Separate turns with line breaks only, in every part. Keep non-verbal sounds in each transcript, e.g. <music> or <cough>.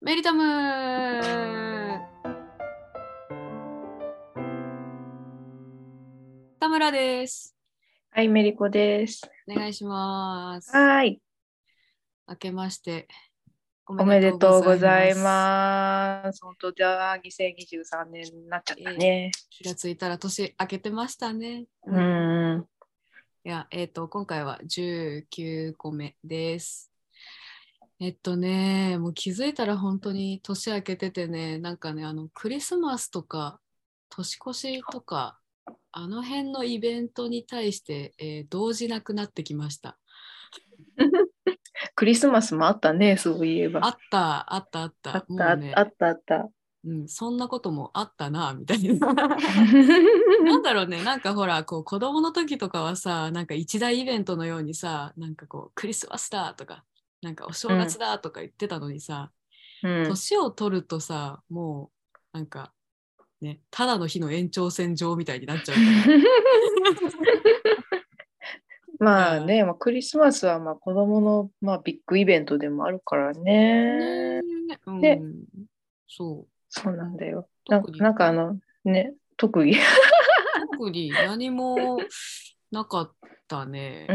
メリタム田村です。
はい、メリコです。
お願いします。
はーい、
明けましてお
おめでとうござい
す。
ます。本当だ、2023年になっちゃったね。
気がついたら年明けてましたね。
うーん、
いや、えっ、と、今回は19個目です。えっとね、もう気づいたら本当に年明けててね、なんかね、あの、クリスマスとか、年越しとか、あの辺のイベントに対して、えー動じなくなってきました。
クリスマスもあったね、そういえば。
あった、あった、あった。
あっ
も
た、
うね
あった、あ <laughs> った。
うん、そんなこともあったな、みたいな。 <laughs>
<laughs>
なんだろうね、なんかほら、こう子供の時とかはさ、なんか一大イベントのようにさ、なんかこうクリスマスだとか、なんかお正月だとか言ってたのにさ、
うん、
年を取るとさ、もうなんかね、ただの日の延長線上みたいになっちゃうから。
<laughs> まあね、まあ、クリスマスはまあ子供のまあビッグイベントでもあるからね。
ねうん
で
そう。
そうなんだよ。なん
特
か
に
なんかあのね、特技。
特に何もなかったね。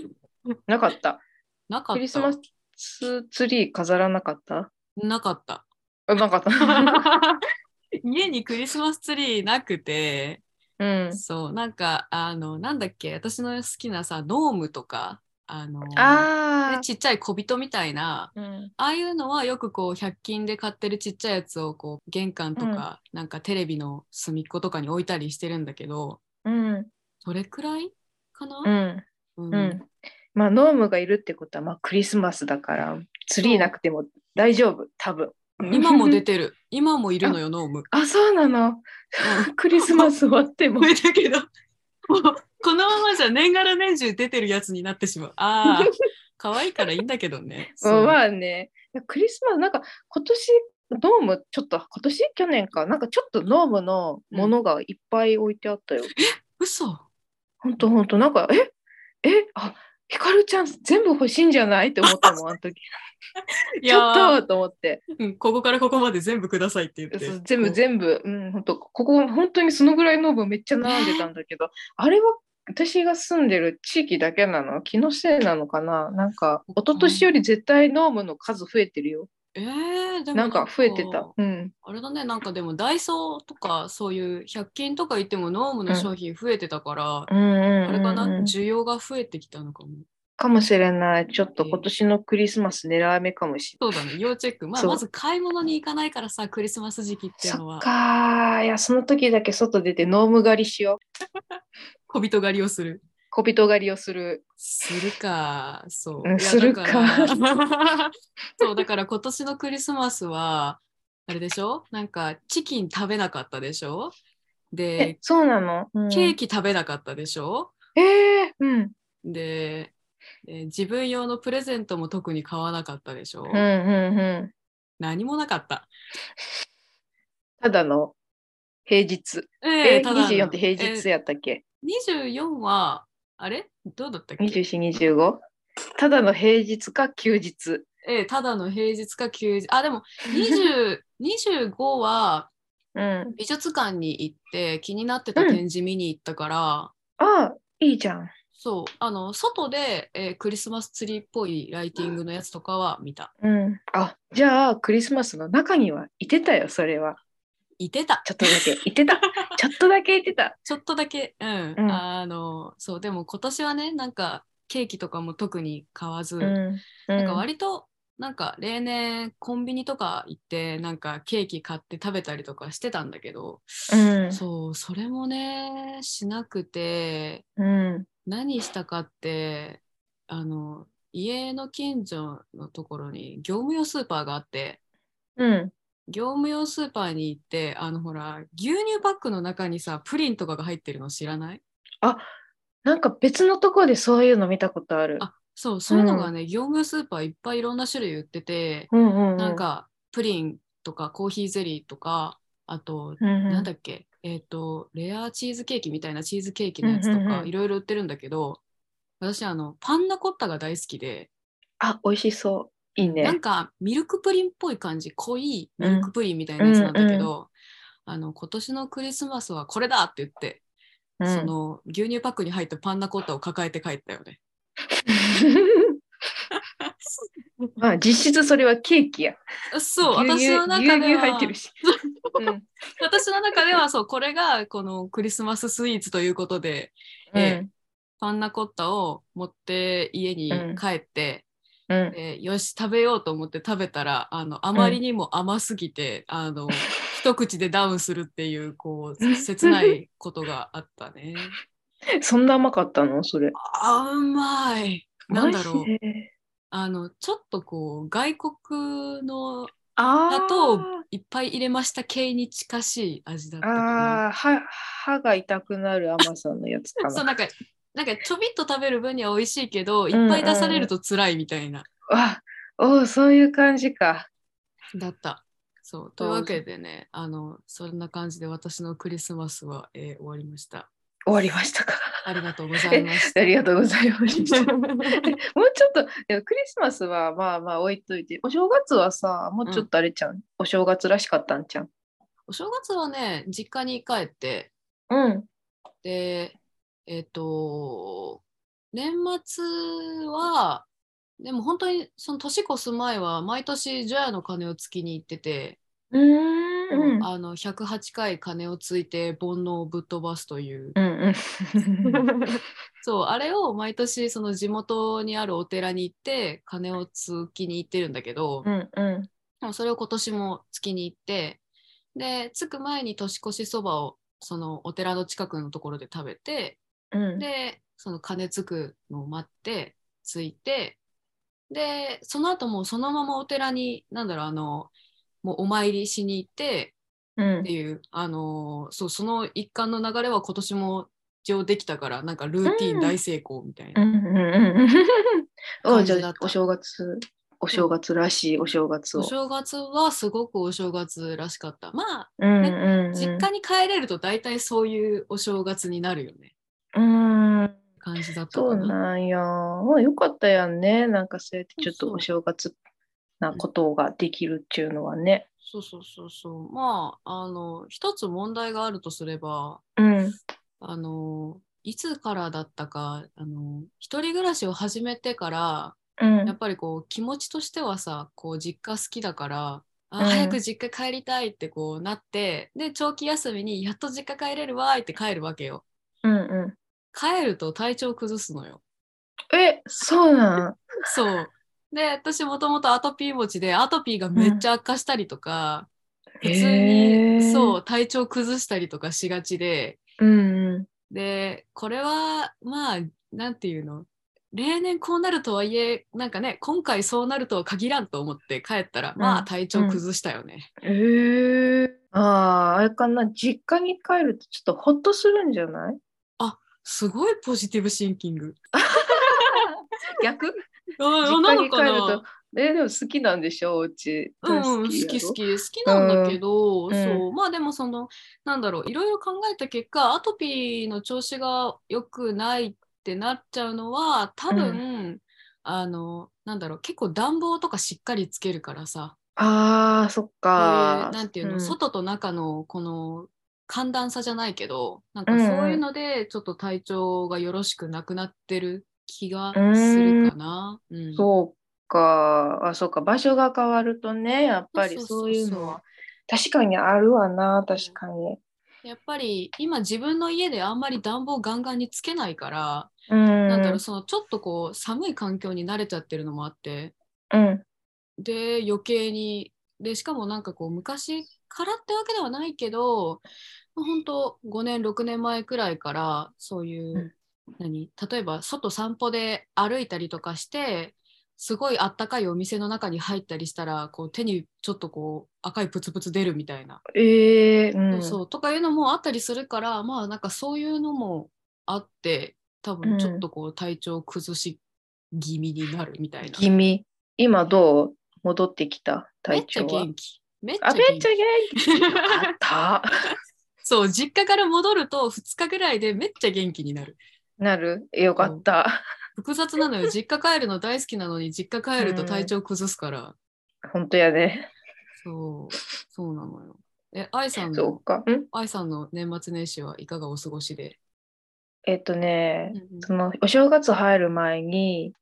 <laughs> うん。なかった。
なかった。
クリスマスツリー飾らなかった
なか
<laughs>
った。
あなかった。 <laughs>
家にクリスマスツリーなくて、
うん。
そうなんかあのなんだっけ私の好きなさノームとかあの
あ
でちっちゃい小人みたいな
あ。うん。
ああいうのはよくこう100均で買ってるちっちゃいやつをこう玄関とか、なんかテレビの隅っことかに置いたりしてるんだけど
うん。
それくらいか
う
な、
ん。
う
うん。まあ、ノームがいるってことは、まあ、クリスマスだから、ツリーなくても大丈夫、多分。
今も出て
<laughs>
る今もいるのよノーム。
あ、そうなの。 <laughs> クリスマス終わっても <laughs>
こ。れだけどもうこのままじゃ年がら年中出てるやつになってしまう。ああ可愛いからいいんだけどね。そう
<laughs> まあね、クリスマス、なんか今年、ノーム、ちょっと、今年去年か、なんかちょっとノームのものがいっぱい置いてあったよ。
嘘
ほんとほんと、なんか、ええあヒカルちゃん全部欲しいんじゃないって思ったもん、あの時。
い
ち
や
ょ
ー
っとと思って。
うん、ここからここまで全部くださいって言って
そう。全部全部、うん、本当ここ本当にそのぐらいの分めっちゃ並んでたんだけど、あれは私が住んでる地域だけなの気のせいなのかななんか一昨年より絶対ノームの数増えてるよ
えー、でも
なんか増えてたうん
あれだね、なんかでもダイソーとかそういう100均とか行ってもノームの商品増えてたから、
うんうん
あれ
うん
かな、
うん
需要が増えてきたのかも。
かもしれないちょっと今年のクリスマス狙い目かもし
そうだね、要チェック。まあ、
そう
まず買い物に行かないからさ、クリスマス時期っていうの
れないそっ
は、
かーいやその時だけ外出てノーム狩りしよう
小人狩りをする。
小人狩りをする
するか、そう。
うん
いや
するか
だら <laughs> そう、だから今年のクリスマスは、あれでしょなんかチキン食べなかったでしょ
え
で、
そうなの、うん
ケーキ食べなかったでしょ、
えー、うん
で、えー自分用のプレゼントも特に買わなかったでしょ、
うんうんうん
何もなかった。
ただの平日。
え
え
ー
ー、
ただ
24って平日やったっけ、
えー ?24 は、あれどうだったっけ、
?24、25? ただの平日か休日。
えーただの平日か休日。あ、でも20 25は
<laughs> うん。
美術館に行って気になってた
うん
展示見に行ったから、
ああ、いいじゃん。
そう、あの、外で、えークリスマスツリーっぽいライティングのやつとかは見た。
うん。あ、じゃあ、クリスマスの中にはいてたよ、それは。
いてた。
ちょっとだけ。 <laughs> いてた。ちょっとだけいてた。
ちょっとだけ、うん、
うん
あの、そう、でも今年はね、なんか、ケーキとかも特に買わず、
うん。うん
なんか割と、なんか例年コンビニとか行ってなんかケーキ買って食べたりとかしてたんだけど、
うん
そうそれもねしなくて
うん。
何したかってあの家の近所のところに業務用スーパーがあって
うん。
業務用スーパーに行ってあのほら牛乳パックの中にさプリンとかが入ってるの知らない
なんか別のとこでそういうの見たことある。
あそうそういうのがね、業務用スーパーいっぱいいろんな種類売ってて、
うんうんうん。
なん、かプリンとかコーヒーゼリーとかあと、
うんうん、
なんだっけえっ、とレアチーズケーキみたいなチーズケーキのやつ
う
と
んうん
か
うん
いろいろ売ってるんだけど、私あのパンナコッタが大好きで
あ、美味しそいい
な
ね
ん。かミルクプリンっぽい感じ濃いミルクプリンみたいなやつなんだけど、あの今年のクリスマスはこれだって言って、
う
そ
ん、
の牛乳パックに入ったパンナコッタを抱えて帰ったよね。
<laughs> まあ実質それはケーキや。
そう
牛乳
私の中
牛
で
乳入って
は <laughs>
るし。うん
私の中ではそうこれがこのクリスマススイーツということでえパンナコッタを持って家に帰って、
うんうん
えーよし食べようと思って食べたらあのあまりにも甘すぎて、あの一口でダウンするっていうこう切ないことがあったね。
そんな甘かったのそれ。
あうまいなんだろう
マジで
あのちょっとこう外国の
あー
砂糖をいっぱい入れました系に近しい味だったかな。
あーは歯が痛くなる甘さのやつか
そうな
な。
んかなんかちょびっと食べる分には美味しいけどい
んうん
っぱい出されると辛いみたいな、
あおうそういう感じか。
だった。そうというわけでねあのそんな感じで私のクリスマスは、えー終わりました。
終わりましたか。 <laughs>
ありがとうございまし
あ <laughs>
た。
りがとうございました。 <laughs> もうちょっといやクリスマスはまあまあ置いといてお正月はさもうちょっとあれちゃん、お正月らしかったんちゃん
お正月はね実家に帰って
うん
でえっ、と年末はでも本当にその年越す前は毎年除夜の鐘をつきに行ってて、
うーん
あの108回鐘をついて煩悩をぶっ飛ばすという
うんうん
そうあれを毎年その地元にあるお寺に行って鐘をつきに行ってるんだけど、
うんうん
でもそれを今年も月に行ってで着く前に年越しそばをそのお寺の近くのところで食べて
うん
でその鐘つくのを待って着いてでその後もうそのままお寺になんだろうあのもうお参りしに行って
うん
っていうあのそうその一環の流れは今年も一応できたからなんかルーティン大成功みたいな。
うんうんうんあ
感
じ
じだ
ゃ
っ
あ
た
お正月お正月らしいお正月
お
を
正月はすごくお正月らしかった。まあ
うんうんうん
実家に帰れると大体そういうお正月になるよね。
うん
感じだった
そ
か
う
な。
なんやまあよかったやんねなんかそうやってちょっ
そう
と
そう
お正月なことができるっていうのはね
そうそうそうそう。まあ、あの、一つ問題があるとすれば、
うん
あの、いつからだったか、あの、一人暮らしを始めてから、
うん
やっぱりこう、気持ちとしてはさ、こう、実家好きだから、あ
うん
早く実家帰りたいってこうなって、で、長期休みにやっと実家帰れるわーいって帰るわけよ。
うんう
帰ると体調崩すのよ。
んえそうなん
そう。で、私もともとアトピー持ちで、アトピーがめっちゃ悪化したりとか、普通
へ
に
ー
そう、体調崩したりとかしがちで、
うんうん
で、これは、まあ、なんていうの、例年こうなるとはいえ、なんかね、今回そうなるとは限らんと思って帰ったら、ま
う
あ、
ん
体調崩したよね。
えー、ああ、あれかな、実家に帰るとちょっとほっとするんじゃない
すごいポジティブシンキング。
逆
あ
実
な
家
の
に
か
帰ると
な。
え、でも好きなんでしょ、お家。
うん、好き
やろ
好。き好きなんだけど、
うん
そうまあでもそのなんだろういろいろ考えた結果アトピーの調子が良くないってなっちゃうのは多分、
う
あのなんだろう結構暖房とかしっかりつけるからさ
ああ、そ
そう
っ
いう
か。
なんていうの、
ん
外と中のこの寒暖差じゃないけどなんか
うんうん
そういうのでちょっと体調がよろしくなくなってる気がするかな。うん
そうか。あ、そうか。場所が変わるとね、やっぱり
そう
そ
そうそうう
いうのは。確かにあるわな、確かに。
やっぱり今自分の家であんまり暖房ガンガンにつけないから、
うん。
なんだろうそのちょっとこう寒い環境に慣れちゃってるのもあって
うん。
で余計にでしかもなんかこう昔からってわけではないけど本当5年6年前くらいからそういう、何例えば外散歩で歩いたりとかしてすごいあったかいお店の中に入ったりしたらこう手にちょっとこう赤いプツプツ出るみたいな
ええうん。
そうとかいうのもあったりするからまあなんかそういうのもあって多
う
分
ん
ちょっとこう体調崩し気味になるみたいな、
気味。今どう戻ってきた
め
体
っちゃ
調は。
元気めっちゃ
あ、めっ
元
ちゃ
気
元気。よかった。
<laughs> そう実家から戻ると2日ぐらいでめっちゃ元気になる
なるよかった。
複雑なのよ。実家帰るの大好きなのに、実家帰ると体調崩すから。
本当やね。
そう、そうなのよ。え、愛さん
そ
の
う、か。ん
愛さんの年末年始はいかがお過ごしで。
えっとね
う、んうん
そのお正月入る前に、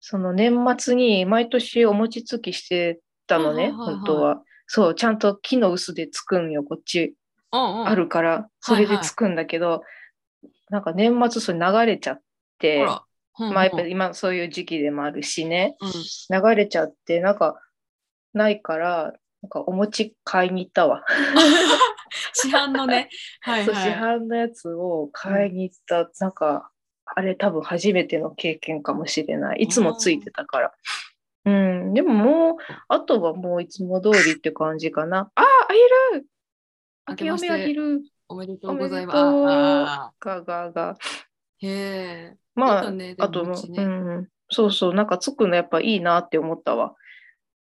その年末に毎年お餅つきしてたのね、
はいはいはいはい
本当は。そう、ちゃんと木の臼でつくんよ、こっち。
うんうん
あるから、それでつくんだけど、なんか年末それ流れちゃって
ほ、ら。うんうん
まあやっぱ今そういう時期でもあるしね、
うん
流れちゃって、なんかないから、なんかお餅買いに行ったわ。
市販のね。はい、
そう
は
市
い。
販のやつを買いに行った、なんかあれ多分初めての経験かもしれないいつもついてたからうんでももうあとはもういつも通りって感じかなああいる
明
明
け
け
ま
お
して
めあげる
おめでとうございます。
おめでとう
あ
ががが
ーへえ。
まあ、
ね、でも
あと
う
も
ち
う
ね。
んそうそうなんかつくのやっぱいいなって思ったわ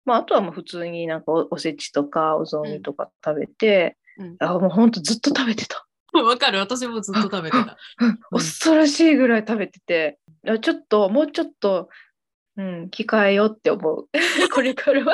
まああとはもう普通になんかおおせちとかお雑煮とか食べて、
うん
あもうほんとずっと食べてた
<laughs> わかる。私もずっと食べてた。
<laughs> 恐ろしいぐらい食べてて、あちょっともうちょっと、うん、控えようって思う <laughs> これか
<laughs>
らは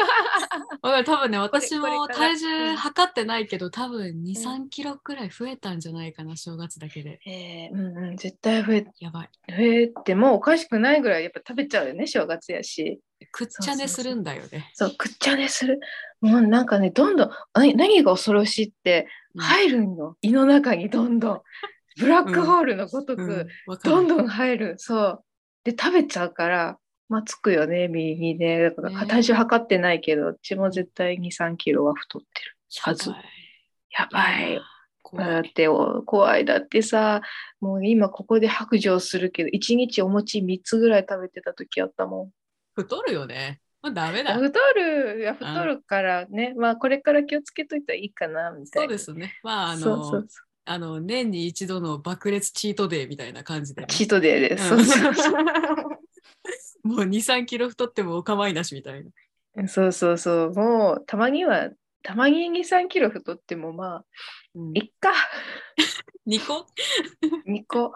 わかる。多分ね、私
これ
も
から
体
う
重
ん
測ってないけど、多分2、
う
3キロくらい増えたんじゃないかな、正月だけで。
えーうんうん、絶対増え増
やばい。
えてもおかしくないぐらいやっぱ食べちゃうよね正月やし
くっちゃねするんだよね。
そうくっちゃねするもうなんかねどんどん何何が恐ろしいって
うん
入るんよ胃の中にどんどんブラックホールのごとく、
うんわかる
どんどん入るそうで食べちゃうからまあつくよね右にねだから
ね
体重測ってないけどうちも絶対23キロは太ってるはず
やばい
やばい。
怖
だっ
い
てお怖いだってさもう今ここで白状するけど1日お餅3つぐらい食べてた時あったもん
太るよね。もうダメだ。
太るいや太るからねまあこれから気をつけといたらいいかなみた
そう
いな
ですね。まあ、あ
そうそう
の、あの年に一度の爆裂チートデーみたいな感じでね、
チートデーです、
うん
そうそうそう
<laughs> もう2、3キロ太ってもお構いなしみたいな。
そうそうそうもうたまにはたまに23キロ太ってもまあ
うん
いっか
2個
2個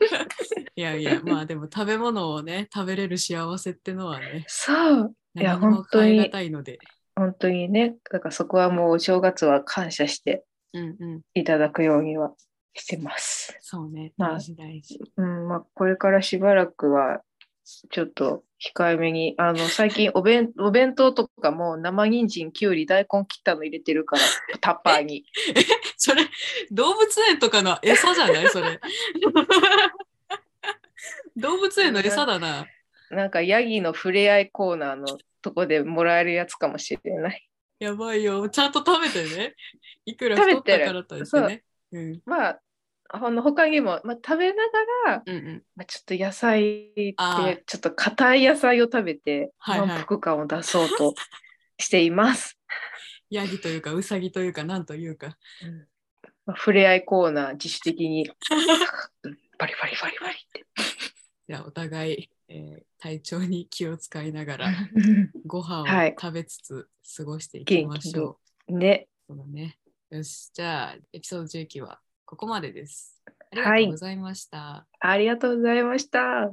<laughs> いやいや、まあでも食べ物をね、食べれる幸せってのはね、
そういや
何も
本当に
変え難いので。
本当にねだからそこはもうお正月は感謝して
うんうん、
いただくようにはしてます
そうね、
まあ
大事大事。
うんまあこれからしばらくはちょっと控えめにあの最近お弁 <laughs> お弁当とかも生人参きゅうり大根切ったの入れてるからタッパーに
それ、動物園とかの餌じゃないそ <laughs> れ。動物園の餌だな。
なんかヤギの触れ合いコーナーのとこでもらえるやつかもしれない
やばいよ。ちゃんと食べてね。いくら太ったからとしてね。うん
まああの他にも、まあ、食べながら
うんうん、
まあ、ちょっと野菜って
あー
ちょっと硬い野菜を食べて
はいはい
満腹感を出そう
<laughs>
としています。
ヤギというかウサギというかなんというか
まあ触れ合いコーナー自主
<laughs>
的にバリバリバリバリって。
じゃあお互い、えー体調に気を使いながらご飯
は
を
い
食べつつ過ごしていきましょ
ね、
う。そうだね、よしじゃあエピソード19はここまでです。ありがとうございました。
ありがとうございました。